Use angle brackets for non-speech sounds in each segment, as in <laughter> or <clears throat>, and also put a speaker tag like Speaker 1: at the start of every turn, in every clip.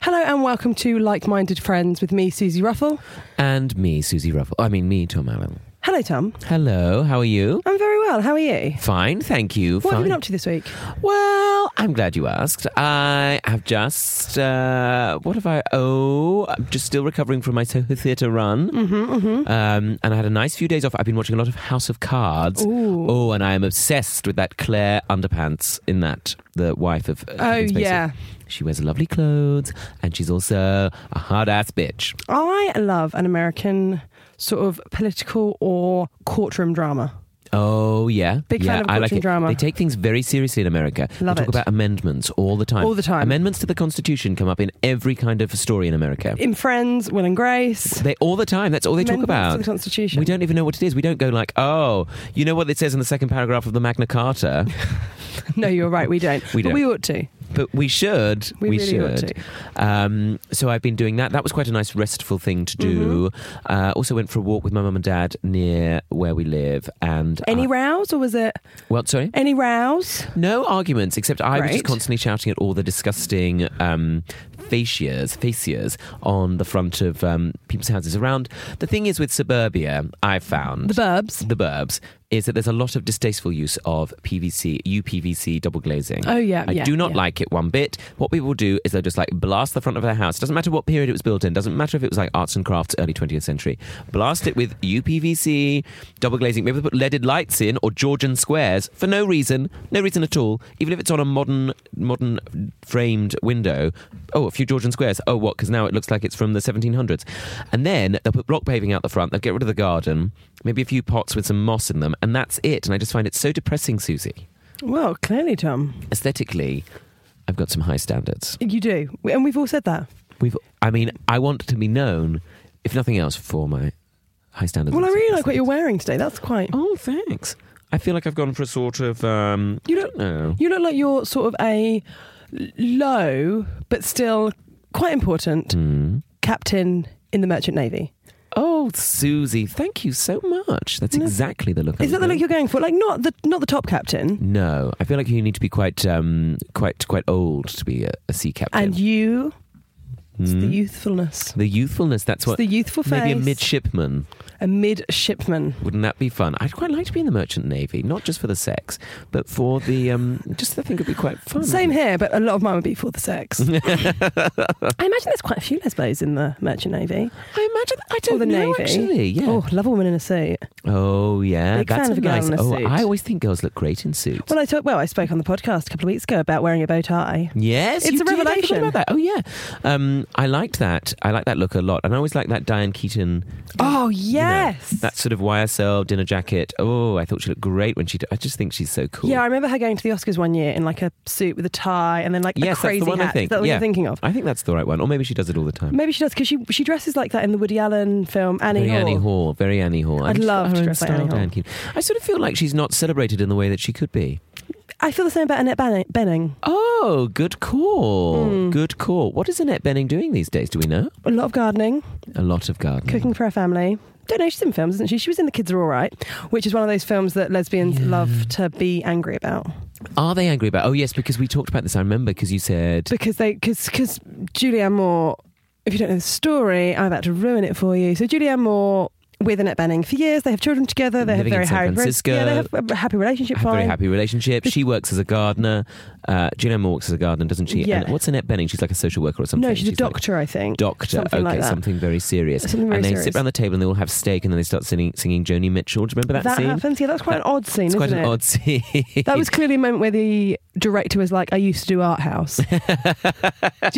Speaker 1: Hello and welcome to Like Minded Friends with me, Susie Ruffle.
Speaker 2: And me, Susie Ruffle. I mean, me, Tom Allen.
Speaker 1: Hello, Tom.
Speaker 2: Hello, how are you?
Speaker 1: I'm very well. How are you?
Speaker 2: Fine, thank you.
Speaker 1: What have
Speaker 2: Fine.
Speaker 1: you been up to this week?
Speaker 2: Well, I'm glad you asked. I have just, uh, what have I? Oh, I'm just still recovering from my Soho Theatre run. Mm-hmm, Um, and I had a nice few days off. I've been watching a lot of House of Cards. Oh, and I am obsessed with that Claire Underpants in that, the wife of. Uh,
Speaker 1: Oh,
Speaker 2: Kevin Spacey.
Speaker 1: yeah.
Speaker 2: She wears lovely clothes, and she's also a hard ass bitch.
Speaker 1: I love an American sort of political or courtroom drama.
Speaker 2: Oh yeah,
Speaker 1: Big
Speaker 2: yeah,
Speaker 1: fan of
Speaker 2: I like
Speaker 1: courtroom
Speaker 2: it.
Speaker 1: drama.
Speaker 2: They take things very seriously in America.
Speaker 1: Love
Speaker 2: they talk
Speaker 1: it.
Speaker 2: about amendments all the time.
Speaker 1: All the time.
Speaker 2: Amendments to the Constitution come up in every kind of story in America.
Speaker 1: In Friends, Will and Grace.
Speaker 2: they all the time. That's all they talk
Speaker 1: Amendments
Speaker 2: about.
Speaker 1: to the Constitution.
Speaker 2: We don't even know what it is. We don't go like, oh, you know what it says in the second paragraph of the
Speaker 1: <laughs>
Speaker 2: Magna Carta,
Speaker 1: No, you're right, we don't.
Speaker 2: <laughs> We
Speaker 1: But
Speaker 2: don't. Uh-huh.
Speaker 1: we ought to.
Speaker 2: but we should.
Speaker 1: We really ought
Speaker 2: should. Um, so I've been doing that. That was quite a nice restful thing to do.
Speaker 1: Mm-hmm.
Speaker 2: Uh, also went for a walk with my mum and dad near where we live. And
Speaker 1: Any
Speaker 2: uh,
Speaker 1: rows or was it
Speaker 2: well, sorry.
Speaker 1: any rows?
Speaker 2: No arguments, except I was
Speaker 1: Great.
Speaker 2: just constantly shouting at all the disgusting um, fascias, fascias on the front of um, people's houses around. The thing is with suburbia, I've found
Speaker 1: The burbs.
Speaker 2: the burbs is that there's a lot of distasteful use of PVC, UPVC double glazing.
Speaker 1: Oh, yeah,
Speaker 2: I
Speaker 1: yeah,
Speaker 2: do not
Speaker 1: yeah.
Speaker 2: like it one bit. What people do is they'll just like blast the front of their house. Doesn't matter what period it was built in. Doesn't matter if it was like arts and crafts, early 20th century. Blast it with UPVC double glazing. Maybe they put leaded lights in or Georgian squares for no reason, no reason at all. Even if it's on a modern, modern framed window. Oh, a few Georgian squares. Oh, what? Because now it looks like it's from the 1700s. And then they'll put block paving out the front. They'll get rid of the garden. Maybe a few pots with some moss in them, and that's it. And I just find it so depressing, Susie
Speaker 1: Well, clearly, Tom.
Speaker 2: aesthetically, I've got some high standards.
Speaker 1: You do. And we've all said that.
Speaker 2: We've, I mean, I want to be known, if nothing else, for my high standards.
Speaker 1: Well, I
Speaker 2: and
Speaker 1: really like what you're
Speaker 2: aesthetics.
Speaker 1: wearing today. That's quite.
Speaker 2: Oh, thanks. I feel like I've gone for a sort of. Um,
Speaker 1: You look-
Speaker 2: know.
Speaker 1: You look like you're sort of a low, but still quite important
Speaker 2: Mm.
Speaker 1: captain in the Merchant Navy.
Speaker 2: Oh, Susie, thank you so much. That's
Speaker 1: No.
Speaker 2: exactly the look. I
Speaker 1: Is that the
Speaker 2: want.
Speaker 1: look you're going for? Like not the not the top captain.
Speaker 2: No, I feel like you need to be quite, um, quite, quite old to be a, a sea captain.
Speaker 1: And you, it's the
Speaker 2: Mm.
Speaker 1: youthfulness.
Speaker 2: the youthfulness. That's
Speaker 1: It's
Speaker 2: what.
Speaker 1: the youthful face.
Speaker 2: Maybe a midshipman.
Speaker 1: a midshipman.
Speaker 2: Wouldn't that be fun? I'd quite like to be in the merchant navy, not just for the sex, but for the um. Just I think it'd be quite fun.
Speaker 1: Same here, but a lot of mine would be for the
Speaker 2: <laughs>
Speaker 1: sex. I imagine there's quite a few lesbos in the Merchant Navy.
Speaker 2: I imagine. I don't
Speaker 1: or the
Speaker 2: know
Speaker 1: Navy.
Speaker 2: actually. Yeah.
Speaker 1: Oh, love a woman in a suit.
Speaker 2: Oh, yeah.
Speaker 1: Big
Speaker 2: That's
Speaker 1: fan of a girl
Speaker 2: nice.
Speaker 1: in a
Speaker 2: oh,
Speaker 1: suit.
Speaker 2: I always think girls look great in suits.
Speaker 1: Well, I talk, well, I spoke on the podcast a couple of weeks ago about wearing a bow tie.
Speaker 2: Yes,
Speaker 1: It's
Speaker 2: you
Speaker 1: a
Speaker 2: did. I forgot
Speaker 1: revelation.
Speaker 2: about that. Oh yeah, um, I liked that. I liked that look a lot, and I always like that Diane Keaton.
Speaker 1: Oh
Speaker 2: you know,
Speaker 1: yes,
Speaker 2: that sort of YSL dinner jacket. Oh, I thought she looked great when she. d- I just think she's so cool.
Speaker 1: Yeah, I remember her going to the Oscars one year in like a suit with a tie and then like
Speaker 2: yes,
Speaker 1: a crazy
Speaker 2: that's the one
Speaker 1: hat.
Speaker 2: I think.
Speaker 1: Is that what
Speaker 2: yeah.
Speaker 1: you're thinking of?
Speaker 2: I think that's the right one, or maybe she does it all the time.
Speaker 1: Maybe she does because she she dresses like that in the Woody Allen film Annie
Speaker 2: very
Speaker 1: Hall.
Speaker 2: Annie Hall, very Annie Hall.
Speaker 1: I'd
Speaker 2: And she's got
Speaker 1: love
Speaker 2: her
Speaker 1: to
Speaker 2: own
Speaker 1: dress like
Speaker 2: style,
Speaker 1: Annie Hall.
Speaker 2: Diane Keaton. I sort of feel like she's not celebrated in the way that she could be.
Speaker 1: I feel the same about Annette Benning. Benning.
Speaker 2: Oh, good call.
Speaker 1: Hmm.
Speaker 2: Good call. What is Annette Benning doing these days? Do we know?
Speaker 1: A lot of gardening,
Speaker 2: A lot of gardening.
Speaker 1: cooking for her family. Don't know she's in films, isn't she? She was in The Kids Are All Right, which is one of those films that lesbians love to be angry about
Speaker 2: Are they angry about? Oh yes, because we talked about this. I remember because you said
Speaker 1: because they because because Julianne Moore. If you don't know the story, I'm about to ruin it for you. So Julianne Moore with Annette Benning for years. They have children together. They
Speaker 2: Living in
Speaker 1: have very
Speaker 2: San
Speaker 1: happy
Speaker 2: Francisco.
Speaker 1: Yeah, they have a happy relationship.
Speaker 2: have a very
Speaker 1: fine.
Speaker 2: happy relationship. She works as a gardener. Uh, Julianne Moore works as a gardener, doesn't she?
Speaker 1: Yeah.
Speaker 2: And what's Annette Benning? She's like a social worker or something.
Speaker 1: No, she's a
Speaker 2: like-
Speaker 1: doctor, I think.
Speaker 2: Doctor,
Speaker 1: Something
Speaker 2: okay,
Speaker 1: like that.
Speaker 2: something very serious.
Speaker 1: Something very
Speaker 2: and they
Speaker 1: serious.
Speaker 2: sit around the table and they all have steak and then they start singing, singing Joni Mitchell. Do you remember that,
Speaker 1: That
Speaker 2: scene?
Speaker 1: happens. Yeah, that's quite an odd scene,
Speaker 2: It's
Speaker 1: isn't
Speaker 2: quite an
Speaker 1: it?
Speaker 2: odd <laughs> scene.
Speaker 1: That was clearly a moment where the director was like, I used to do art house.
Speaker 2: <laughs>
Speaker 1: do you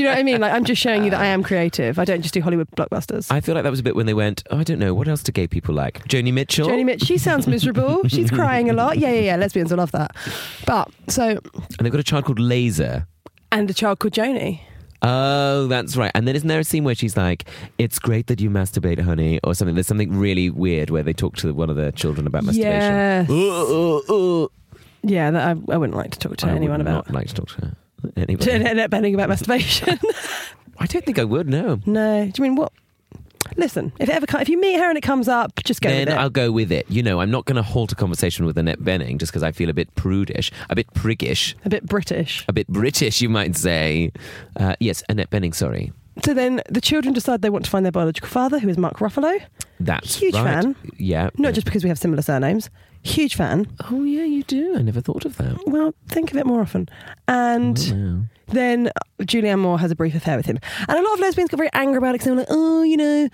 Speaker 1: know what I mean? Like, I'm just showing you that I am creative. I don't just do Hollywood blockbusters.
Speaker 2: I feel like that was a bit when they went, oh, I don't know, what else do gay people like? Joni Mitchell?
Speaker 1: Joni Mitch, she sounds
Speaker 2: <laughs>
Speaker 1: miserable. She's crying a lot. Yeah, yeah, yeah. Lesbians will love that. But so,
Speaker 2: and they've got a child called Laser.
Speaker 1: and a child called Joni.
Speaker 2: Oh, that's right. And then isn't there a scene where she's like, "It's great that you masturbate, honey," or something? There's something really weird where they talk to the, one of the children about masturbation.
Speaker 1: Yes.
Speaker 2: Ooh, ooh, ooh.
Speaker 1: Yeah, that I, I wouldn't like to talk to
Speaker 2: I
Speaker 1: anyone
Speaker 2: would
Speaker 1: about.
Speaker 2: Not like to talk to her.
Speaker 1: To
Speaker 2: anybody.
Speaker 1: Annette Benning <laughs> about
Speaker 2: <laughs>
Speaker 1: masturbation.
Speaker 2: I don't think I would. No.
Speaker 1: no. Do you mean what? Listen, if it ever co- if you meet her and it comes up, just go
Speaker 2: then
Speaker 1: with it.
Speaker 2: I'll go with it. You know, I'm not going to halt a conversation with Annette Benning just because I feel a bit prudish, a bit priggish,
Speaker 1: a bit British.
Speaker 2: a bit British, you might say. Uh, yes, Annette Benning. Sorry.
Speaker 1: So then the children decide they want to find their biological father, who is Mark Ruffalo.
Speaker 2: That's
Speaker 1: Huge
Speaker 2: right.
Speaker 1: fan.
Speaker 2: Yeah.
Speaker 1: Not just because we have similar surnames. Huge fan.
Speaker 2: Oh yeah, you do. I never thought of that.
Speaker 1: Well, think of it more often. And
Speaker 2: Wow.
Speaker 1: then Julianne Moore has a brief affair with him. And a lot of lesbians got very angry about it because they were like, oh, you know,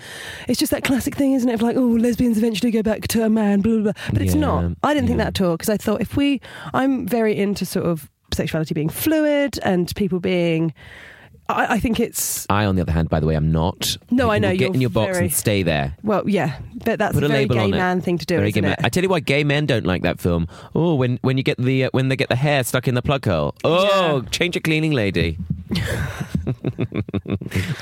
Speaker 1: it's just that classic thing, isn't it? Of like, oh, lesbians eventually go back to a man, blah, blah, blah. But it's
Speaker 2: Yeah,
Speaker 1: not. I didn't think
Speaker 2: yeah.
Speaker 1: that at all because I thought if we, I'm very into sort of sexuality being fluid and people being, I, I think it's,
Speaker 2: I, on the other hand, by the way, I'm not.
Speaker 1: No, I know,
Speaker 2: Get
Speaker 1: you're
Speaker 2: in your box
Speaker 1: very-
Speaker 2: and stay there.
Speaker 1: well, yeah, but that's
Speaker 2: Put
Speaker 1: a
Speaker 2: a
Speaker 1: very
Speaker 2: label
Speaker 1: gay
Speaker 2: on it.
Speaker 1: man thing to do,
Speaker 2: Very gay
Speaker 1: isn't
Speaker 2: man.
Speaker 1: it?
Speaker 2: I tell you why gay men don't like that film. Oh, when when you get the uh, when they get the hair stuck in the plug hole. Oh,
Speaker 1: Yeah.
Speaker 2: change your
Speaker 1: <laughs>
Speaker 2: cleaning lady.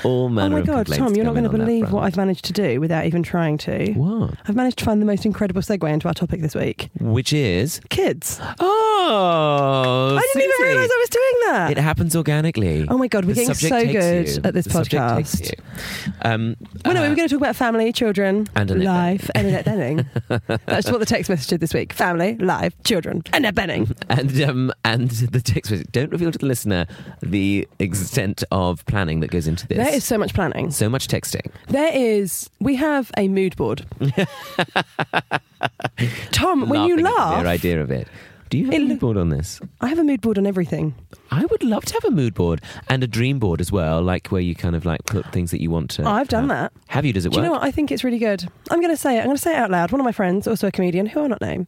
Speaker 2: All
Speaker 1: Oh
Speaker 2: manner
Speaker 1: my
Speaker 2: of
Speaker 1: god,
Speaker 2: complaints
Speaker 1: Tom, you're not
Speaker 2: going
Speaker 1: going to
Speaker 2: on that
Speaker 1: believe
Speaker 2: front.
Speaker 1: what I've managed to do without even trying to.
Speaker 2: What?
Speaker 1: I've managed to find the most incredible segue into our topic this week.
Speaker 2: Which is
Speaker 1: Kids.
Speaker 2: oh,
Speaker 1: I didn't
Speaker 2: Susie.
Speaker 1: even realise I was doing that.
Speaker 2: It happens organically.
Speaker 1: Oh my God, we're
Speaker 2: The
Speaker 1: getting
Speaker 2: subject
Speaker 1: so
Speaker 2: takes
Speaker 1: good
Speaker 2: you.
Speaker 1: at this
Speaker 2: The subject takes
Speaker 1: podcast.
Speaker 2: you. Um,
Speaker 1: well, no,
Speaker 2: uh,
Speaker 1: we were going to talk about family, children,
Speaker 2: And Annette
Speaker 1: life, and Annette
Speaker 2: <laughs>
Speaker 1: Benning. That's what the text message did this week: family, life, children, Annette
Speaker 2: <laughs>
Speaker 1: Benning.
Speaker 2: And um, and the text was don't reveal to the listener the extent of planning that goes into this.
Speaker 1: There is so much planning.
Speaker 2: so much texting.
Speaker 1: There is. We have a mood
Speaker 2: <laughs>
Speaker 1: board. Tom, when you
Speaker 2: Laughing at
Speaker 1: laugh,
Speaker 2: their idea of it. Do you have
Speaker 1: It
Speaker 2: a
Speaker 1: lo-
Speaker 2: mood board on this?
Speaker 1: I have a mood board on everything.
Speaker 2: I would love to have a mood board and a dream board as well, like where you kind of like put things that you want to.
Speaker 1: I've done
Speaker 2: have.
Speaker 1: that.
Speaker 2: Have you? Does it
Speaker 1: Do you
Speaker 2: work?
Speaker 1: know what? I think it's really good. I'm going to say it. I'm going to say it out loud. One of my friends, also a comedian, who I'll not name.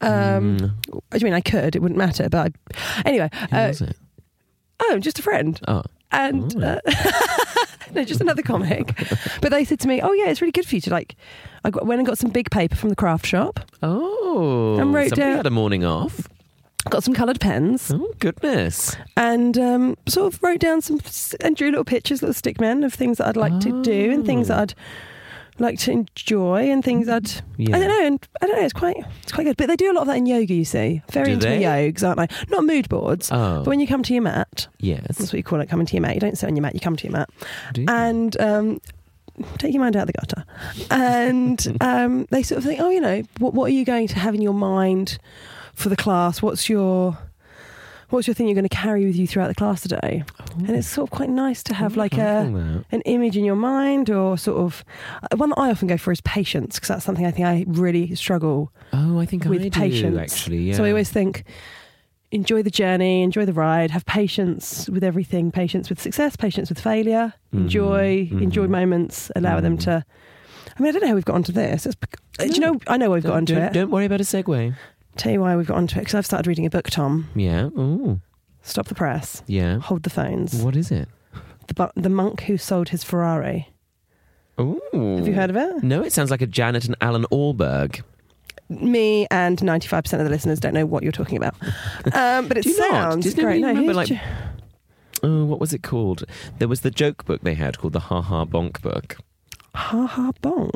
Speaker 2: Mm.
Speaker 1: Um, I mean, I could. It wouldn't matter. But I, anyway,
Speaker 2: Who
Speaker 1: uh,
Speaker 2: was it?
Speaker 1: oh, just a friend.
Speaker 2: Oh,
Speaker 1: and uh, <laughs> no, just another comic. but they said to me, "Oh yeah, it's really good for you to like." I got, went and got some big paper from the craft shop,
Speaker 2: oh,
Speaker 1: And wrote
Speaker 2: somebody
Speaker 1: down-
Speaker 2: had a morning off.
Speaker 1: got some coloured pens,
Speaker 2: Oh goodness!
Speaker 1: and um, sort of wrote down some and drew little pictures, little stick men of things that I'd like to do and things
Speaker 2: Oh.
Speaker 1: that I'd like to enjoy and things I'd
Speaker 2: Yeah.
Speaker 1: I don't know and I don't know it's quite it's quite good but they do a lot of that in yoga you see very
Speaker 2: Do
Speaker 1: into
Speaker 2: they?
Speaker 1: yogas aren't they not mood boards
Speaker 2: Oh,
Speaker 1: but when you come to your mat
Speaker 2: yes.
Speaker 1: that's what you call it coming to your mat you don't sit on your mat you come to your mat
Speaker 2: Do you?
Speaker 1: and um, take your mind out of the gutter. And um, they sort of think, oh, you know, what, what are you going to have in your mind for the class? What's your what's your thing you're going to carry with you throughout the class today? And it's sort of quite nice to
Speaker 2: Mm,
Speaker 1: have like
Speaker 2: liking
Speaker 1: a
Speaker 2: Oh, that.
Speaker 1: an image in your mind, or sort of uh, one that I often go for is patience, because that's something I think I really struggle
Speaker 2: Oh, I think
Speaker 1: with
Speaker 2: I
Speaker 1: patience.
Speaker 2: do actually. Yeah.
Speaker 1: So I always think enjoy the journey, enjoy the ride, have patience with everything, patience with success, patience with failure,
Speaker 2: Mm-hmm.
Speaker 1: enjoy enjoy moments, allow them to I mean, I don't know how we've got onto this. It's, bec- uh, Do you know? I know we've got
Speaker 2: don't,
Speaker 1: onto
Speaker 2: don't,
Speaker 1: it.
Speaker 2: Don't worry about a segue.
Speaker 1: Tell you why we've got onto it because I've started reading a book. Tom,
Speaker 2: Yeah. Oh,
Speaker 1: stop the press,
Speaker 2: yeah.
Speaker 1: hold the phones.
Speaker 2: What is it?
Speaker 1: The, bu- the monk who sold his Ferrari.
Speaker 2: Oh,
Speaker 1: Have you heard of it?
Speaker 2: No, it sounds like a Janet and Alan Allberg.
Speaker 1: Me and ninety five percent of the listeners don't know what you're talking about. Um, but it
Speaker 2: <laughs> Do you not?
Speaker 1: sounds
Speaker 2: Does
Speaker 1: great.
Speaker 2: nobody
Speaker 1: No,
Speaker 2: remember,
Speaker 1: here's
Speaker 2: like,
Speaker 1: Jo-
Speaker 2: Oh, what was it called? There was the joke book they had called the Ha Ha Bonk book.
Speaker 1: ha ha bonk.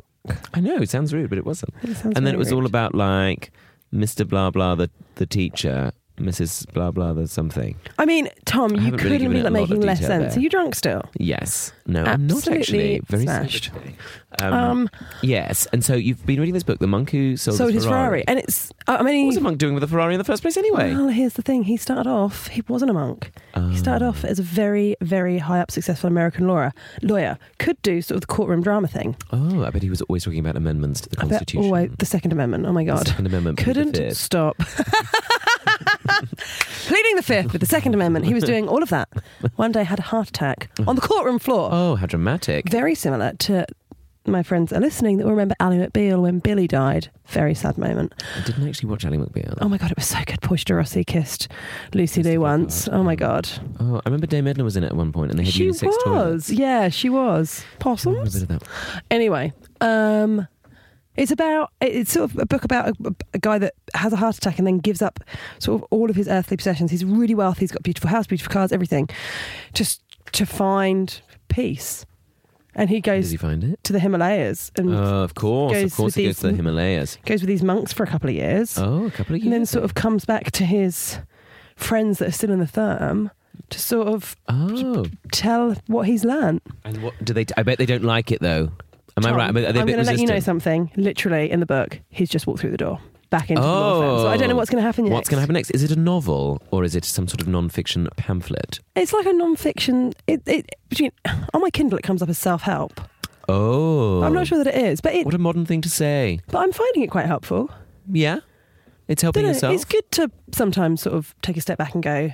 Speaker 2: I know, it sounds rude, but it wasn't.
Speaker 1: It sounds
Speaker 2: and then
Speaker 1: very
Speaker 2: it was
Speaker 1: rude.
Speaker 2: all about like Mr. Blah Blah, the, the teacher, Mrs. Blah Blah. There's something.
Speaker 1: I mean, Tom, you
Speaker 2: haven't really
Speaker 1: couldn't
Speaker 2: given
Speaker 1: be
Speaker 2: it
Speaker 1: like
Speaker 2: a lot of
Speaker 1: making less
Speaker 2: detail
Speaker 1: sense.
Speaker 2: there.
Speaker 1: Are you drunk still?
Speaker 2: Yes. No, I'm not
Speaker 1: Absolutely
Speaker 2: actually. Very
Speaker 1: smashed.
Speaker 2: sympathetic. Um, yes. And so you've been reading this book, The Monk Who Sold,
Speaker 1: So
Speaker 2: His Ferrari.
Speaker 1: and it's. I mean,
Speaker 2: what was a monk doing with a Ferrari in the first place anyway?
Speaker 1: Well, here's the thing. He started off. He wasn't a monk. Oh, He started off as a very, very high up, successful American lawyer. Lawyer could do sort of the courtroom drama thing.
Speaker 2: Oh, I bet he was always talking about amendments to the
Speaker 1: But
Speaker 2: Constitution.
Speaker 1: oh, wait, the Second Amendment. Oh my God.
Speaker 2: Second Amendment, but the
Speaker 1: Couldn't
Speaker 2: Fifth.
Speaker 1: stop. <laughs> Pleading the fifth with the Second Amendment. He was doing all of that. One day had a heart attack on the courtroom floor.
Speaker 2: Oh, how dramatic.
Speaker 1: Very similar to my friends that are listening that will remember Ally McBeal when Billy died. Very sad moment.
Speaker 2: I didn't actually watch Ally McBeal.
Speaker 1: Oh my God, it was so good. Portia de Rossi kissed Lucy Lou once. Oh my God.
Speaker 2: Oh, I remember Dame Edna was in it at one point, and they had
Speaker 1: She
Speaker 2: unisex toilets.
Speaker 1: was. Yeah, she was.
Speaker 2: I remember a
Speaker 1: Possums.
Speaker 2: bit of that.
Speaker 1: Anyway, um, it's about it's sort of a book about a, a guy that has a heart attack and then gives up sort of all of his earthly possessions. He's really wealthy. He's got a beautiful house, beautiful cars, everything, just to find peace. And he
Speaker 2: Does
Speaker 1: goes
Speaker 2: he find it?
Speaker 1: to the Himalayas and
Speaker 2: Oh, of course,
Speaker 1: Goes
Speaker 2: of course,
Speaker 1: with
Speaker 2: he goes to the
Speaker 1: these-
Speaker 2: Himalayas.
Speaker 1: goes with these monks for a couple of years,
Speaker 2: Oh, a couple of years.
Speaker 1: and then sort of comes back to his friends that are still in the firm to sort of
Speaker 2: Oh,
Speaker 1: tell what he's learned.
Speaker 2: and what do they? I bet they don't like it though. Am I
Speaker 1: Tom,
Speaker 2: right? Are they a
Speaker 1: I'm
Speaker 2: bit
Speaker 1: going to let you know
Speaker 2: resistant?
Speaker 1: something. Literally in the book, he's just walked through the door back into the law firm.
Speaker 2: Oh,
Speaker 1: So I don't know what's going to happen next.
Speaker 2: What's going to happen next? Is it a novel or is it some sort of non-fiction pamphlet?
Speaker 1: It's like a non-fiction. It, it between <sighs> on my Kindle, it comes up as self-help.
Speaker 2: Oh,
Speaker 1: I'm not sure that it is, but it.
Speaker 2: What a modern thing to say.
Speaker 1: But I'm finding it quite helpful.
Speaker 2: Yeah, it's helping
Speaker 1: Dunno,
Speaker 2: yourself.
Speaker 1: It's good to sometimes sort of take a step back and go.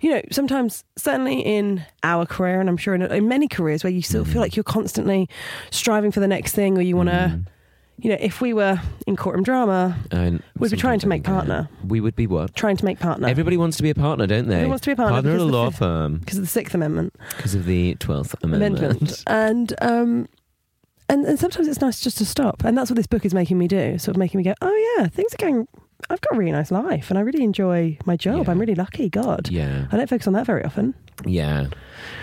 Speaker 1: You know, sometimes, certainly in our career, and I'm sure in, in many careers, where you still
Speaker 2: Mm.
Speaker 1: feel like you're constantly striving for the next thing, or you want to,
Speaker 2: Mm.
Speaker 1: you know, if we were in courtroom drama,
Speaker 2: And
Speaker 1: We'd be trying to
Speaker 2: sometimes I
Speaker 1: make
Speaker 2: think, yeah.
Speaker 1: partner.
Speaker 2: We would be what?
Speaker 1: trying to make partner.
Speaker 2: Everybody wants to be a partner, don't they?
Speaker 1: Everyone wants to be a partner
Speaker 2: Partner at a
Speaker 1: because the
Speaker 2: law
Speaker 1: fifth-
Speaker 2: firm
Speaker 1: because of the Sixth Amendment
Speaker 2: because of the Twelfth Amendment.
Speaker 1: amendment, and um, and and sometimes it's nice just to stop, and that's what this book is making me do, sort of making me go, oh yeah, things are going. I've got a really nice life, and I really enjoy my job.
Speaker 2: Yeah.
Speaker 1: I'm really lucky. God,
Speaker 2: <laughs> Yeah,
Speaker 1: I don't focus on that very often.
Speaker 2: yeah,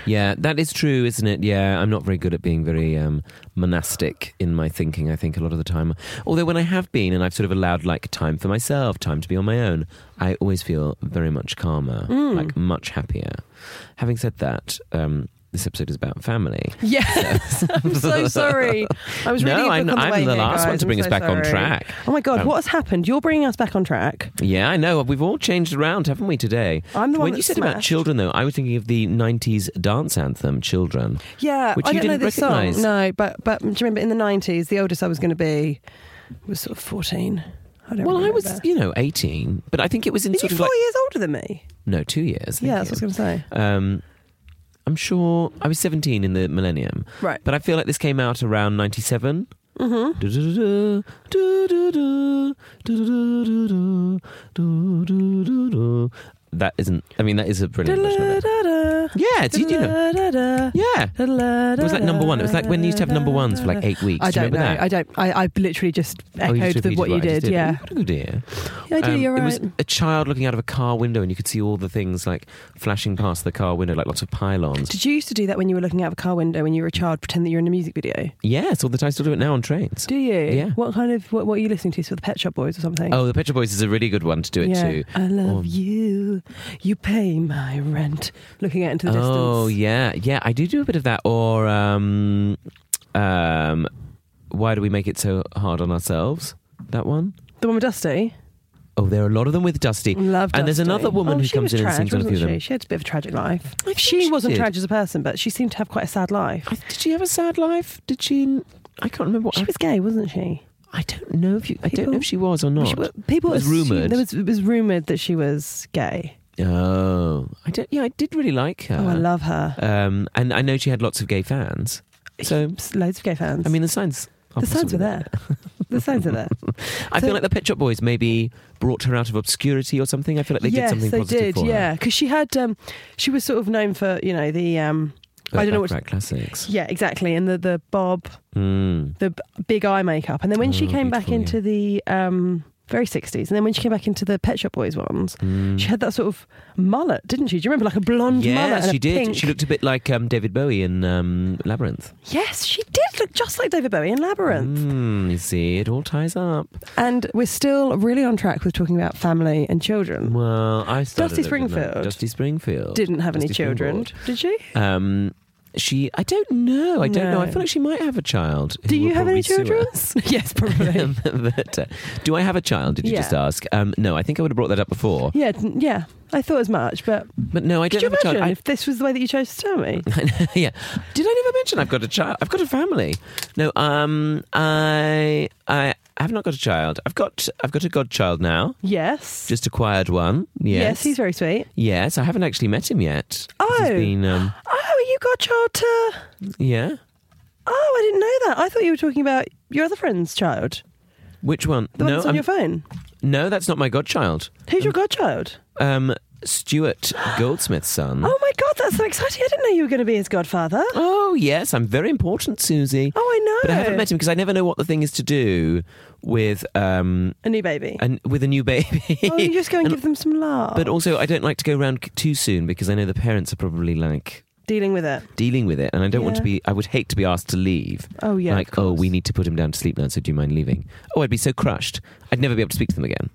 Speaker 2: yeah. That is true, isn't it? Yeah, I'm not very good at being very um, monastic in my thinking. I think a lot of the time, although when I have been and I've sort of allowed like time for myself, time to be on my own, I always feel very much calmer,
Speaker 1: Mm.
Speaker 2: like much happier. Having said that, um, this episode is about family. <laughs>
Speaker 1: Yes, I'm <laughs> so sorry. I was reading
Speaker 2: no,
Speaker 1: a book
Speaker 2: I'm,
Speaker 1: on the
Speaker 2: I'm
Speaker 1: way
Speaker 2: the
Speaker 1: here,
Speaker 2: last one
Speaker 1: guys.
Speaker 2: to
Speaker 1: I'm
Speaker 2: bring us
Speaker 1: so
Speaker 2: back on
Speaker 1: sorry.
Speaker 2: track.
Speaker 1: Oh my god,
Speaker 2: Um,
Speaker 1: what has happened? You're bringing us back on track.
Speaker 2: Yeah, I know. We've all changed around, haven't we, today?
Speaker 1: I'm the one
Speaker 2: When
Speaker 1: that
Speaker 2: you said about
Speaker 1: smashed.
Speaker 2: children, though, I was thinking of the 90s dance anthem, Children.
Speaker 1: Yeah,
Speaker 2: Which
Speaker 1: I
Speaker 2: you
Speaker 1: don't know
Speaker 2: didn't
Speaker 1: this
Speaker 2: recognise.
Speaker 1: song. No, but but do you remember in the nineties, the oldest I was going to be was sort of fourteen. I don't.
Speaker 2: Well, I
Speaker 1: remember.
Speaker 2: was, you know, 18, but I think it was in
Speaker 1: Are you
Speaker 2: sort of
Speaker 1: four
Speaker 2: like.
Speaker 1: years older than me?
Speaker 2: No, two years. thank
Speaker 1: Yeah, that's what
Speaker 2: you.
Speaker 1: I was going to say.
Speaker 2: Um, I'm sure I was 17 in the millennium.
Speaker 1: Right.
Speaker 2: But I feel like this came out around 97. Mm-hmm. That isn't, I mean, that is a brilliant version of it. Yeah, it's, you know. Yeah. It was like number one. It was like when they used to have number ones for like eight weeks.
Speaker 1: I
Speaker 2: Do you
Speaker 1: don't know.
Speaker 2: remember that?
Speaker 1: I don't. I, I literally just
Speaker 2: Oh, you
Speaker 1: echoed
Speaker 2: just
Speaker 1: the, what you
Speaker 2: repeated I
Speaker 1: did.
Speaker 2: just
Speaker 1: Yeah.
Speaker 2: What a good idea.
Speaker 1: Yeah, I do.
Speaker 2: Um,
Speaker 1: you're right.
Speaker 2: It was a child looking out of a car window, and you could see all the things like flashing past the car window, like lots of pylons.
Speaker 1: did you used to do that when you were looking out of a car window when you were a child, pretend that you're in a music video?
Speaker 2: Yes, all the time. I still do it now on trains.
Speaker 1: Do you?
Speaker 2: Yeah.
Speaker 1: What kind of what, what are you listening to? So the Pet Shop Boys or something?
Speaker 2: Oh, the Pet Shop Boys is a really good one to do it
Speaker 1: yeah.
Speaker 2: too.
Speaker 1: I love
Speaker 2: Or-
Speaker 1: you. You pay my rent. Looking out into the distance.
Speaker 2: Oh yeah, yeah. I do do a bit of that. Or um, um, why do we make it so hard on ourselves? That one.
Speaker 1: The one with Dusty.
Speaker 2: Oh, there are a lot of them with Dusty.
Speaker 1: Love
Speaker 2: And there's
Speaker 1: Dusty.
Speaker 2: another woman
Speaker 1: Oh,
Speaker 2: who
Speaker 1: she
Speaker 2: comes
Speaker 1: was
Speaker 2: in and
Speaker 1: tragic,
Speaker 2: sings on a few
Speaker 1: wasn't
Speaker 2: of them.
Speaker 1: she? She had a bit of a tragic life.
Speaker 2: think
Speaker 1: She,
Speaker 2: she
Speaker 1: wasn't
Speaker 2: did.
Speaker 1: tragic as a person, but she seemed to have quite a sad life.
Speaker 2: I- Did she have a sad life? Did she? I can't remember. What,
Speaker 1: She was gay, wasn't she?
Speaker 2: I don't know if you. I don't
Speaker 1: People-
Speaker 2: know if she was or not.
Speaker 1: She- people
Speaker 2: It was
Speaker 1: assumed-
Speaker 2: rumoured.
Speaker 1: There was, it was rumored that she was gay.
Speaker 2: Oh, I don't. Yeah, I did really like her.
Speaker 1: oh, I love her.
Speaker 2: Um, and I know she had lots of gay fans. So
Speaker 1: Loads of gay fans.
Speaker 2: I mean, the signs. are
Speaker 1: the signs were
Speaker 2: possibly
Speaker 1: there. the signs are there.
Speaker 2: I
Speaker 1: So-
Speaker 2: feel like the Pet Shop Boys maybe brought her out of obscurity or something. I feel like they
Speaker 1: yes,
Speaker 2: did something
Speaker 1: they did.
Speaker 2: positive for
Speaker 1: yeah,
Speaker 2: her.
Speaker 1: because she had, um, she was sort of known for you know the, um, I don't know what.
Speaker 2: Backpack classics.
Speaker 1: Yeah, exactly. And the the bob,
Speaker 2: Mm.
Speaker 1: the b- big eye makeup, and then when she
Speaker 2: Oh,
Speaker 1: came back
Speaker 2: beautiful, yeah.
Speaker 1: into the um, very 60s. And then when she came back into the Pet Shop Boys ones,
Speaker 2: Hmm.
Speaker 1: she had that sort of mullet, didn't she? Do you remember like a blonde mullet?
Speaker 2: Mm. Yeah,
Speaker 1: and
Speaker 2: she
Speaker 1: a
Speaker 2: did.
Speaker 1: pink-
Speaker 2: She looked a bit like um, David Bowie in um, Labyrinth.
Speaker 1: Yes, she did look just like David Bowie in Labyrinth.
Speaker 2: Mm, you see, it all ties up.
Speaker 1: And we're still really on track with talking about family and children.
Speaker 2: Well, I
Speaker 1: Dusty
Speaker 2: started it, didn't I?
Speaker 1: Springfield.
Speaker 2: Dusty Springfield
Speaker 1: Didn't have any
Speaker 2: Dusty
Speaker 1: children,
Speaker 2: Springboard.
Speaker 1: did she?
Speaker 2: Um, she, I don't know. I don't know. I
Speaker 1: No.
Speaker 2: feel like she might have a child. who
Speaker 1: Do you
Speaker 2: will
Speaker 1: have any
Speaker 2: probably sue her.
Speaker 1: children? <laughs>
Speaker 2: <laughs>
Speaker 1: yes, probably.
Speaker 2: but, uh, do I have a child? Did you
Speaker 1: Yeah.
Speaker 2: just ask? Um, no, I think I would have brought that up before.
Speaker 1: yeah, d- yeah. I thought as much, but
Speaker 2: But no, I
Speaker 1: could
Speaker 2: don't
Speaker 1: you
Speaker 2: have a
Speaker 1: imagine
Speaker 2: child. I-
Speaker 1: if this was the way that you chose to tell me?
Speaker 2: <laughs> yeah. Did I never mention I've got a child? I've got a family. No, um, I, I have not got a child. I've got, I've got a godchild now.
Speaker 1: Yes.
Speaker 2: Just acquired one. Yes.
Speaker 1: yes. he's very sweet.
Speaker 2: Yes, I haven't actually met him yet.
Speaker 1: Oh.
Speaker 2: He's been, um,
Speaker 1: Oh, you got child to.
Speaker 2: yeah.
Speaker 1: Oh, I didn't know that. I thought you were talking about your other friend's child.
Speaker 2: Which one?
Speaker 1: The one
Speaker 2: no,
Speaker 1: that's on
Speaker 2: I'm-
Speaker 1: your phone.
Speaker 2: no, that's not my godchild.
Speaker 1: Who's your godchild?
Speaker 2: Um, Stuart Goldsmith's son.
Speaker 1: Oh my god, that's so exciting. I didn't know you were going to be his godfather.
Speaker 2: Oh, yes, I'm very important, Susie.
Speaker 1: Oh, I know.
Speaker 2: But I haven't met him because I never know what the thing is to do with um
Speaker 1: A new
Speaker 2: <laughs>
Speaker 1: baby.
Speaker 2: and with a new baby. <laughs>
Speaker 1: oh, you just go and,
Speaker 2: And-
Speaker 1: give them some love.
Speaker 2: But also, I don't like to go around c- too soon because I know the parents are probably like
Speaker 1: dealing with it.
Speaker 2: dealing with it, and I don't want to
Speaker 1: Yeah.
Speaker 2: be. I would hate to be asked to leave.
Speaker 1: Oh yeah.
Speaker 2: like,
Speaker 1: of course.
Speaker 2: oh, we need to put him down to sleep now. So do you mind leaving? Oh, I'd be so crushed. I'd never be able to speak to them again.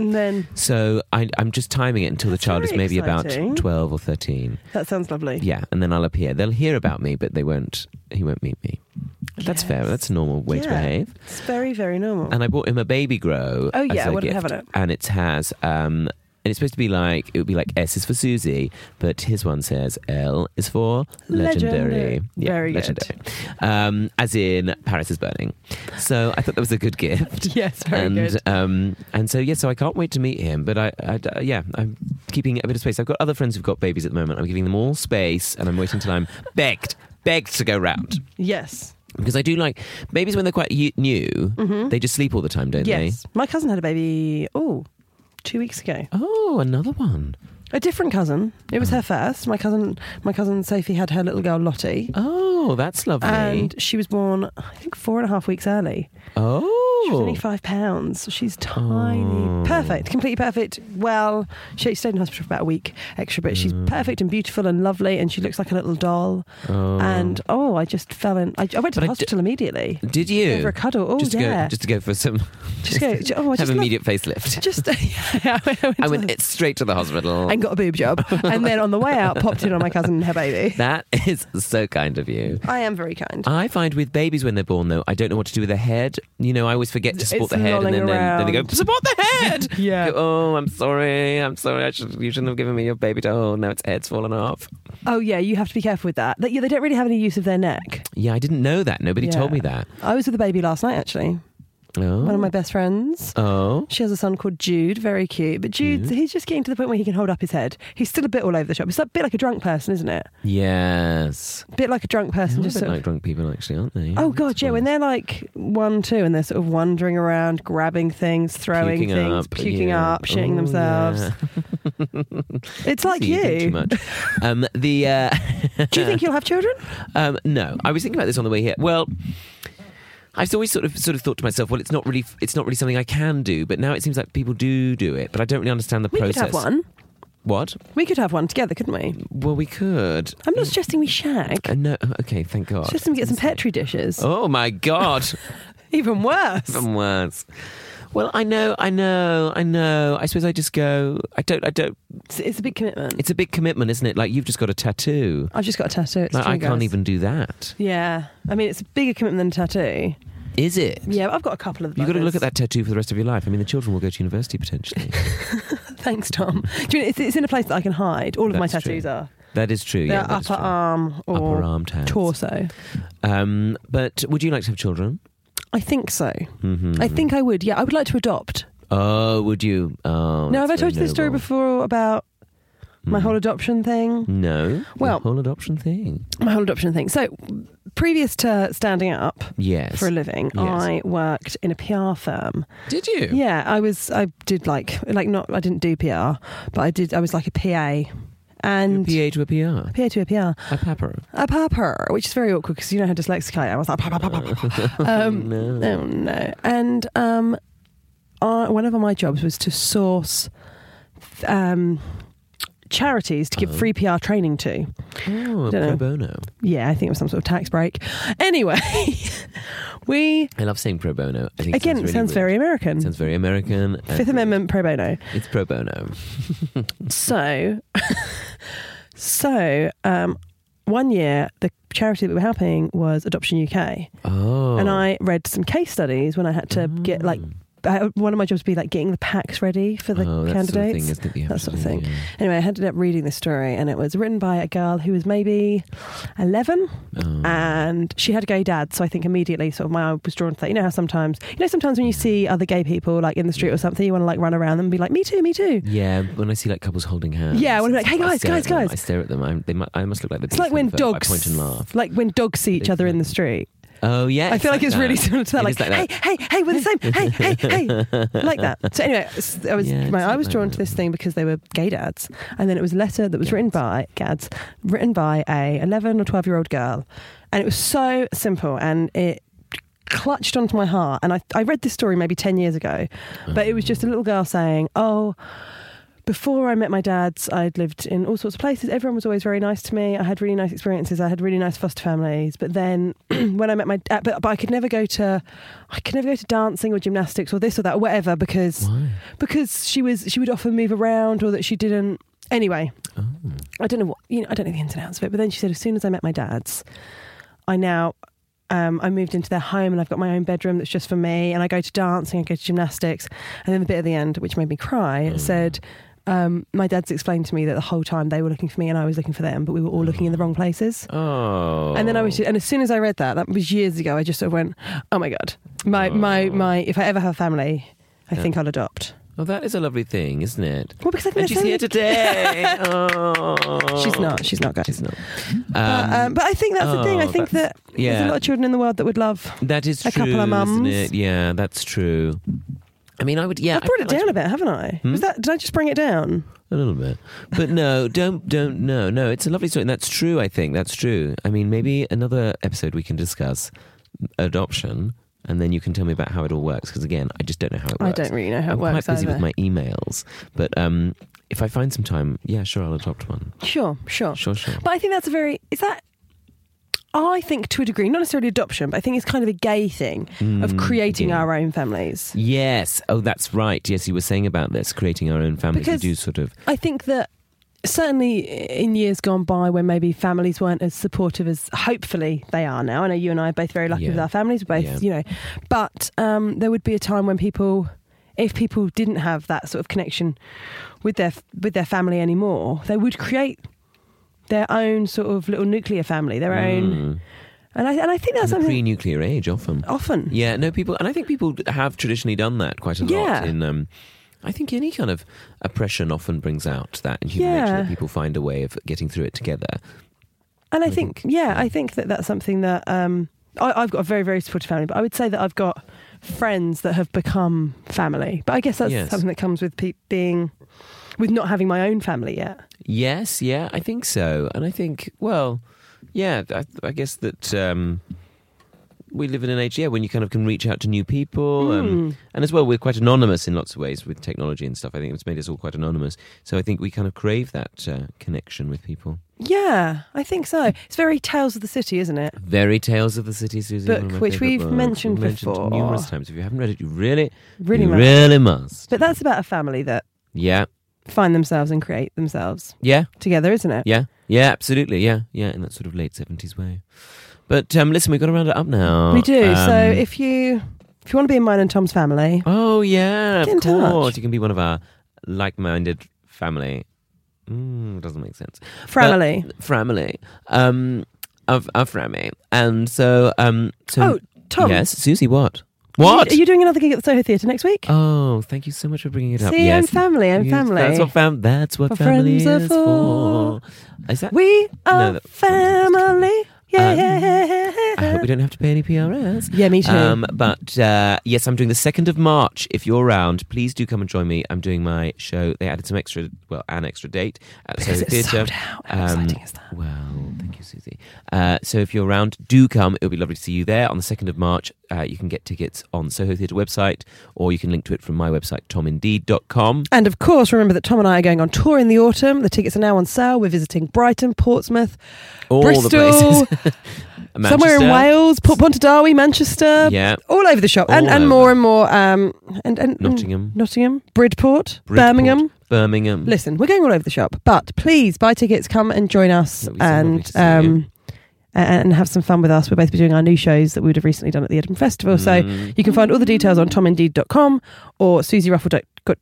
Speaker 1: And then
Speaker 2: So I, I'm just timing it until
Speaker 1: That's
Speaker 2: the child
Speaker 1: very
Speaker 2: is maybe
Speaker 1: exciting.
Speaker 2: about twelve or thirteen.
Speaker 1: that sounds lovely.
Speaker 2: Yeah, and then I'll appear. They'll hear about me, but they won't. He won't meet me. That's fair.
Speaker 1: Yes.
Speaker 2: That's a normal way to
Speaker 1: Yeah.
Speaker 2: behave.
Speaker 1: It's very very normal.
Speaker 2: And I bought him a baby grow.
Speaker 1: Oh,
Speaker 2: as
Speaker 1: yeah,
Speaker 2: a
Speaker 1: what did it
Speaker 2: gift.
Speaker 1: have on it?
Speaker 2: And it has. Um, and it's supposed to be like it would be like S is for Susie, but his one says L is for legendary.
Speaker 1: Legendary.
Speaker 2: Yeah,
Speaker 1: Very good.
Speaker 2: legendary. Um, as in Paris is burning. So I thought that was a good
Speaker 1: <laughs>
Speaker 2: gift.
Speaker 1: <laughs> yes, very
Speaker 2: and <laughs>
Speaker 1: good.
Speaker 2: um, and so yeah, so I can't wait to meet him. But I, I uh, yeah, I'm keeping a bit of space. I've got other friends who've got babies at the moment. I'm giving them all space, and I'm waiting till I'm begged, begged to go round.
Speaker 1: Yes.
Speaker 2: Because I do like babies when they're quite y- new, they just sleep all the time, don't
Speaker 1: Mm-hmm. Yes. My cousin had a baby. Oh, two weeks ago.
Speaker 2: they? Oh, another one.
Speaker 1: A different cousin. It
Speaker 2: Mm.
Speaker 1: was her first. My cousin, my cousin Sophie had her little girl Lottie,
Speaker 2: Oh, that's lovely.
Speaker 1: and she was born I think four and a half weeks early. She was
Speaker 2: oh,
Speaker 1: only five pounds. She's tiny, perfect, completely perfect. Well, she stayed in hospital for about a week extra, but
Speaker 2: Mm.
Speaker 1: she's perfect and beautiful and lovely, and she looks like a little doll.
Speaker 2: Oh.
Speaker 1: And oh, I just fell in. I, I went to the
Speaker 2: But I d-
Speaker 1: hospital immediately.
Speaker 2: did you
Speaker 1: Over a cuddle. Oh
Speaker 2: just to
Speaker 1: yeah.
Speaker 2: go, just to go
Speaker 1: <laughs>
Speaker 2: for some,
Speaker 1: Just go. j- Oh, I
Speaker 2: have
Speaker 1: just love-
Speaker 2: an immediate
Speaker 1: <laughs>
Speaker 2: facelift.
Speaker 1: Just yeah, I went,
Speaker 2: I
Speaker 1: to
Speaker 2: went
Speaker 1: the-
Speaker 2: it straight to the hospital.
Speaker 1: and got a boob
Speaker 2: <laughs>
Speaker 1: job, and then on the way out popped in on my cousin and her baby.
Speaker 2: that Uh. is so kind of you.
Speaker 1: I am very kind.
Speaker 2: I find with babies when they're born, though, I don't know what to do with their head. You know, I always forget to
Speaker 1: It's
Speaker 2: support the head,
Speaker 1: lolling
Speaker 2: and then, then, then they go
Speaker 1: around.
Speaker 2: support the head.
Speaker 1: <laughs> Yeah.
Speaker 2: You go, oh, I'm sorry. I'm sorry. I should, you shouldn't have given me your baby to hold. Now its head's fallen off.
Speaker 1: Oh yeah, you have to be careful with that. That- yeah, they don't really have any use of their neck.
Speaker 2: Yeah, I didn't know that. Nobody
Speaker 1: Yeah.
Speaker 2: told me that.
Speaker 1: I was with a baby last night actually.
Speaker 2: Oh.
Speaker 1: One of my best friends.
Speaker 2: Oh.
Speaker 1: She has a son called Jude, very cute. But Jude, he's just getting to the point where he can hold up his head. He's still a bit all over the shop. It's a bit like a drunk person, isn't it?
Speaker 2: Yes.
Speaker 1: A bit like a drunk person,
Speaker 2: They're
Speaker 1: just
Speaker 2: a bit
Speaker 1: sort
Speaker 2: like
Speaker 1: of.
Speaker 2: drunk people, actually, aren't they?
Speaker 1: Oh god, yeah. When they're like one, two, and they're sort of wandering around, grabbing things, throwing
Speaker 2: Puking
Speaker 1: things,
Speaker 2: up,
Speaker 1: puking
Speaker 2: yeah.
Speaker 1: up, shitting
Speaker 2: Oh, <laughs>
Speaker 1: themselves.
Speaker 2: yeah.
Speaker 1: It's like
Speaker 2: See, you think too
Speaker 1: you.
Speaker 2: much. Um, the
Speaker 1: <laughs>
Speaker 2: uh,
Speaker 1: Do you think you'll have children?
Speaker 2: um, no, I was thinking about this on the way here. Well, I've always sort of sort of thought to myself, well, it's not really it's not really something I can do, but now it seems like people do do it, but I don't really understand the
Speaker 1: We
Speaker 2: process.
Speaker 1: could have one.
Speaker 2: What?
Speaker 1: We could have one together, couldn't we?
Speaker 2: Well, we could.
Speaker 1: I'm not suggesting we shag.
Speaker 2: Uh, no, okay, thank God.
Speaker 1: Just to get some petri dishes.
Speaker 2: Oh Um,
Speaker 1: <laughs>
Speaker 2: my God. <laughs>
Speaker 1: Even worse.
Speaker 2: Even worse. Well, I know, I know, I know. I suppose I just go. I don't. I don't.
Speaker 1: It's, it's a big commitment.
Speaker 2: It's a big commitment, isn't it? Like you've just got a tattoo.
Speaker 1: I've just got a tattoo. It's
Speaker 2: Like,
Speaker 1: true,
Speaker 2: I can't
Speaker 1: guys.
Speaker 2: even do that.
Speaker 1: Yeah, I mean it's a bigger commitment than a tattoo.
Speaker 2: Is it?
Speaker 1: Yeah, I've got a couple of.
Speaker 2: You've got to look at
Speaker 1: buggers.
Speaker 2: that tattoo for the rest of your life. I mean, the children will go to university potentially.
Speaker 1: <laughs> Thanks, Tom. Do you know, it's, it's in a place that I can hide. All of my
Speaker 2: That's true.
Speaker 1: tattoos are.
Speaker 2: that is true.
Speaker 1: They're
Speaker 2: yeah, that
Speaker 1: upper
Speaker 2: is true.
Speaker 1: arm or
Speaker 2: upper arm tats.
Speaker 1: torso.
Speaker 2: Um, but would you like to have children?
Speaker 1: I think so.
Speaker 2: hmm
Speaker 1: I think I would. Yeah, I would like to adopt.
Speaker 2: Oh, would you? Oh,
Speaker 1: now, have I
Speaker 2: that's
Speaker 1: told you
Speaker 2: very
Speaker 1: this story
Speaker 2: noble.
Speaker 1: before about my
Speaker 2: Mm.
Speaker 1: whole adoption thing?
Speaker 2: No.
Speaker 1: Well-
Speaker 2: the whole adoption thing.
Speaker 1: My whole adoption thing. So, previous to standing up
Speaker 2: Yes.
Speaker 1: for a living,
Speaker 2: Yes.
Speaker 1: I worked in a PR firm.
Speaker 2: Did you?
Speaker 1: Yeah, I was. I did like like not. I didn't do PR, but I did. I was like a PA, and
Speaker 2: PA to a PR.
Speaker 1: PA to a PR,
Speaker 2: A paper.
Speaker 1: a papper, which is very awkward because you know how
Speaker 2: <laughs>
Speaker 1: Mm, dyslexic I am. I was like, pa, pa, pa, pa, pa. oh, um,
Speaker 2: No.
Speaker 1: oh no, and um, I, one of my jobs was to source um, charities to give
Speaker 2: Uh-huh.
Speaker 1: free PR training to.
Speaker 2: Oh,
Speaker 1: Dunno.
Speaker 2: pro bono.
Speaker 1: Yeah, I think it was some sort of tax break. Anyway, <laughs> we
Speaker 2: I love saying pro bono. I think
Speaker 1: again
Speaker 2: it
Speaker 1: it
Speaker 2: really
Speaker 1: sounds
Speaker 2: rude.
Speaker 1: very American.
Speaker 2: It sounds very American. and
Speaker 1: Fifth Amendment pro bono.
Speaker 2: It's pro bono. <laughs>
Speaker 1: So, <laughs> so um, one year the charity that we were helping was Adoption UK.
Speaker 2: Oh, Mm.
Speaker 1: and I read some case studies when I had to get like I- one of my jobs would be like getting the packs ready for the
Speaker 2: oh, that sort of thing,
Speaker 1: candidates.
Speaker 2: isn't it, you have
Speaker 1: that
Speaker 2: to
Speaker 1: sort of
Speaker 2: do,
Speaker 1: thing.
Speaker 2: yeah.
Speaker 1: Anyway, I ended up reading this story, and it was written by a girl who was maybe eleven,
Speaker 2: Oh.
Speaker 1: and she had a gay dad. So I think immediately, sort of, my eye was drawn to that. You know how sometimes, you know, sometimes when you see other gay people like in the street or something, you want to like run around them and be like, "Me too, me too."
Speaker 2: Yeah, when I see like couples holding hands.
Speaker 1: Yeah, I wanna be like, "Hey, guys,
Speaker 2: stare
Speaker 1: guys,
Speaker 2: at them.
Speaker 1: guys."
Speaker 2: I stare at them. i they mu- I must look like the.
Speaker 1: It's like when
Speaker 2: policeman for-
Speaker 1: dogs,
Speaker 2: I point and laugh.
Speaker 1: like when dogs see each other in the street.
Speaker 2: Oh yeah,
Speaker 1: I feel like, it's
Speaker 2: that.
Speaker 1: really similar to that.
Speaker 2: It is
Speaker 1: Like,
Speaker 2: like
Speaker 1: hey, hey, hey, we're the same. hey, hey,
Speaker 2: <laughs>
Speaker 1: hey, like that. So anyway, s- I was
Speaker 2: Yeah, it's
Speaker 1: my I
Speaker 2: like
Speaker 1: was drawn
Speaker 2: that.
Speaker 1: to this thing because they were gay dads, and then it was a letter that was written by gads, written by a eleven or twelve year old girl, and it was so simple and it clutched onto my heart. And I I read this story maybe ten years ago, but it was just a little girl saying, oh. Before I met my dad's, I'd lived in all sorts of places. Everyone was always very nice to me. I had really nice experiences. I had really nice foster families. But then <clears throat> when I met my dad, but, but I could never go to, I could never go to dancing or gymnastics or this or that or whatever because
Speaker 2: Why?
Speaker 1: because she was she would often move around or that she didn't. Anyway, I don't know what you know. I don't know the ins and outs of it. But then she said, as soon as I met my dad's, I now. Um, I moved into their home and I've got my own bedroom that's just for me. And I go to dancing, I go to gymnastics. And then the bit at the end, which made me cry, said, um, My dad's explained to me that the whole time they were looking for me and I was looking for them, but we were all looking in the wrong places.
Speaker 2: Oh,
Speaker 1: And then I was, and as soon as I read that, that was years ago. I just sort of went, "Oh my god, my my my! If I ever have family, I think I'll adopt."
Speaker 2: Oh, that is a lovely thing, isn't it?
Speaker 1: Well, because I think they're
Speaker 2: And she's
Speaker 1: so- <laughs>
Speaker 2: here today. oh,
Speaker 1: She's not. She's not, guys.
Speaker 2: She's not.
Speaker 1: But, um, but I think that's the thing. I
Speaker 2: oh,
Speaker 1: think that
Speaker 2: that's- yeah.
Speaker 1: there's a lot of children in the world that would love.
Speaker 2: That is
Speaker 1: A
Speaker 2: true.
Speaker 1: couple of mums.
Speaker 2: Isn't it? Yeah, that's true. I mean, I would. Yeah,
Speaker 1: I've brought
Speaker 2: I
Speaker 1: it
Speaker 2: quite like Hmm?
Speaker 1: down a bit, haven't I? Was that? Did I just bring it down?
Speaker 2: A little bit, but no, don't, don't, no, no. It's a lovely story, and that's true. I think that's true. I mean, maybe another episode we can discuss adoption, and then you can tell me about how it all works. Because again, I just don't know how it
Speaker 1: I
Speaker 2: works.
Speaker 1: don't really know how
Speaker 2: I'm
Speaker 1: it works
Speaker 2: quite busy
Speaker 1: either.
Speaker 2: with my emails, but um, if I find some time, yeah, sure, I'll adopt one.
Speaker 1: Sure, sure,
Speaker 2: Sure, sure.
Speaker 1: But I think that's a very is that. I think to a degree, not necessarily adoption, but I think it's kind of a gay thing of creating
Speaker 2: Hmm, yeah.
Speaker 1: our own families.
Speaker 2: Yes. Oh, that's right. Yes, you were saying about this, creating our own families.
Speaker 1: Because-
Speaker 2: we do sort of.
Speaker 1: I think that certainly in years gone by when maybe families weren't as supportive as hopefully they are now. I know you and I are both very lucky
Speaker 2: Yeah.
Speaker 1: with our families, we're both,
Speaker 2: Yeah.
Speaker 1: you know, but um, there would be a time when people. If people didn't have that sort of connection with their with their family anymore, they would create their own sort of little nuclear family, their own,
Speaker 2: Mm.
Speaker 1: and I and I think that's
Speaker 2: In the
Speaker 1: something
Speaker 2: pre-nuclear age, often.
Speaker 1: often.
Speaker 2: Yeah, no, people, and I think people have traditionally done that quite a lot.
Speaker 1: Yeah.
Speaker 2: In, um, I think any kind of oppression often brings out that in human nature that
Speaker 1: Yeah.
Speaker 2: people find a way of getting through it together.
Speaker 1: And
Speaker 2: Mm-hmm.
Speaker 1: I think, yeah, I think that that's something that um, I, I've got a very, very supportive family, but I would say that I've got friends that have become family. But I guess that's
Speaker 2: Yes.
Speaker 1: something that comes with pe- being, with not having my own family yet.
Speaker 2: Yes, yeah, I think so, and I think, well, yeah, I, I guess that. Um, we live in an age, yeah, when you kind of can reach out to new people,
Speaker 1: Hmm.
Speaker 2: um, and as well, we're quite anonymous in lots of ways with technology and stuff. I think it's made us all quite anonymous, so I think we kind of crave that uh, connection with people.
Speaker 1: Yeah, I think so. It's very Tales of the City, isn't it?
Speaker 2: Very Tales of the City, Susie.
Speaker 1: Book,
Speaker 2: one of my
Speaker 1: which
Speaker 2: favourite
Speaker 1: we've
Speaker 2: books.
Speaker 1: mentioned
Speaker 2: We've
Speaker 1: before.
Speaker 2: numerous times. If you haven't read it, you really,
Speaker 1: Really
Speaker 2: you
Speaker 1: must.
Speaker 2: really must.
Speaker 1: But that's about a family that
Speaker 2: Yeah,
Speaker 1: find themselves and create themselves
Speaker 2: yeah,
Speaker 1: together, isn't it?
Speaker 2: yeah, yeah. Absolutely, yeah, yeah. In that sort of late seventies way. But um, listen, we've got to round it up now.
Speaker 1: We do. so
Speaker 2: Um,
Speaker 1: if you if you want to be in mine and Tom's family,
Speaker 2: oh yeah,
Speaker 1: Get
Speaker 2: of
Speaker 1: in touch.
Speaker 2: course, you can be one of our like-minded family. Mm, doesn't make sense.
Speaker 1: family.
Speaker 2: Family. Um, of our family, and so um, so
Speaker 1: oh, Tom.
Speaker 2: yes, Susie, what?
Speaker 1: Are
Speaker 2: What?
Speaker 1: you, are you doing another gig at the Soho Theatre next week?
Speaker 2: Oh, thank you so much for bringing it up.
Speaker 1: See, I'm
Speaker 2: yes,
Speaker 1: family. I'm
Speaker 2: Yes,
Speaker 1: family.
Speaker 2: That's what fam. That's what
Speaker 1: What
Speaker 2: family
Speaker 1: friends are
Speaker 2: is for. Is that?
Speaker 1: We
Speaker 2: No,
Speaker 1: are
Speaker 2: that-
Speaker 1: family. Yeah,
Speaker 2: Um,
Speaker 1: yeah, yeah, yeah.
Speaker 2: <laughs> I hope it don't have to pay any PRS.
Speaker 1: Yeah, me too.
Speaker 2: Um, but uh, yes, I'm doing the 2nd of March. If you're around, please do come and join me. I'm doing my show. They added some extra, well, an extra date at
Speaker 1: Because
Speaker 2: Soho
Speaker 1: it's
Speaker 2: Theatre. Um,
Speaker 1: sold out. How exciting is that?
Speaker 2: Well, thank you, Susie. Uh, so if you're around, do come. It'll be lovely to see you there on the 2nd of March. Uh, you can get tickets on Soho Theatre website or you can link to it from my website, tomindeed.com.
Speaker 1: And of course, remember that Tom and I are going on tour in the autumn. The tickets are now on sale. We're visiting Brighton, Portsmouth,
Speaker 2: All
Speaker 1: Bristol,
Speaker 2: the places. <laughs>
Speaker 1: <laughs> somewhere in
Speaker 2: Manchester.
Speaker 1: Wales, Port Pontedawi, Manchester,
Speaker 2: Yeah.
Speaker 1: all over the shop,
Speaker 2: All
Speaker 1: and, and
Speaker 2: over.
Speaker 1: more and more. Um, and, and
Speaker 2: Nottingham.
Speaker 1: Nottingham, Bridport,
Speaker 2: Bridport,
Speaker 1: Birmingham.
Speaker 2: Birmingham.
Speaker 1: Listen, we're going all over the shop, but please buy tickets, come and join us,
Speaker 2: Lovely to- lovely
Speaker 1: and um,
Speaker 2: to see you.
Speaker 1: a- and have some fun with us. We'll both be doing our new shows that we would have recently done at the Edinburgh Festival.
Speaker 2: Mm.
Speaker 1: So you can find all the details on tomindeed.com or susieruffle.co.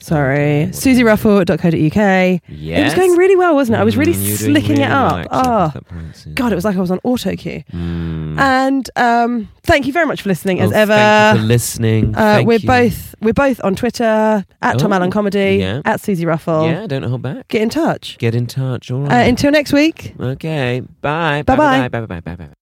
Speaker 1: Sorry, susieruffle.co.uk.
Speaker 2: Yes.
Speaker 1: It was going really well, wasn't it? I was really
Speaker 2: Mm, you were doing
Speaker 1: slicking
Speaker 2: really
Speaker 1: it
Speaker 2: well,
Speaker 1: up.
Speaker 2: actually,
Speaker 1: Ah,
Speaker 2: at that point, yeah.
Speaker 1: God, it was like I was on auto cue.
Speaker 2: Mm.
Speaker 1: And um, thank you very much for listening, as
Speaker 2: Oh,
Speaker 1: ever.
Speaker 2: Thank you for listening.
Speaker 1: Uh,
Speaker 2: Thank
Speaker 1: we're
Speaker 2: you.
Speaker 1: both we're both on Twitter at Tom
Speaker 2: Oh,
Speaker 1: Allen Comedy
Speaker 2: yeah.
Speaker 1: at Susie Ruffle.
Speaker 2: Yeah, don't hold back.
Speaker 1: Get in touch.
Speaker 2: Get in touch. All
Speaker 1: Uh,
Speaker 2: right.
Speaker 1: until next week.
Speaker 2: okay. Bye.
Speaker 1: Bye-bye.
Speaker 2: Bye. Bye. Bye. Bye. Bye.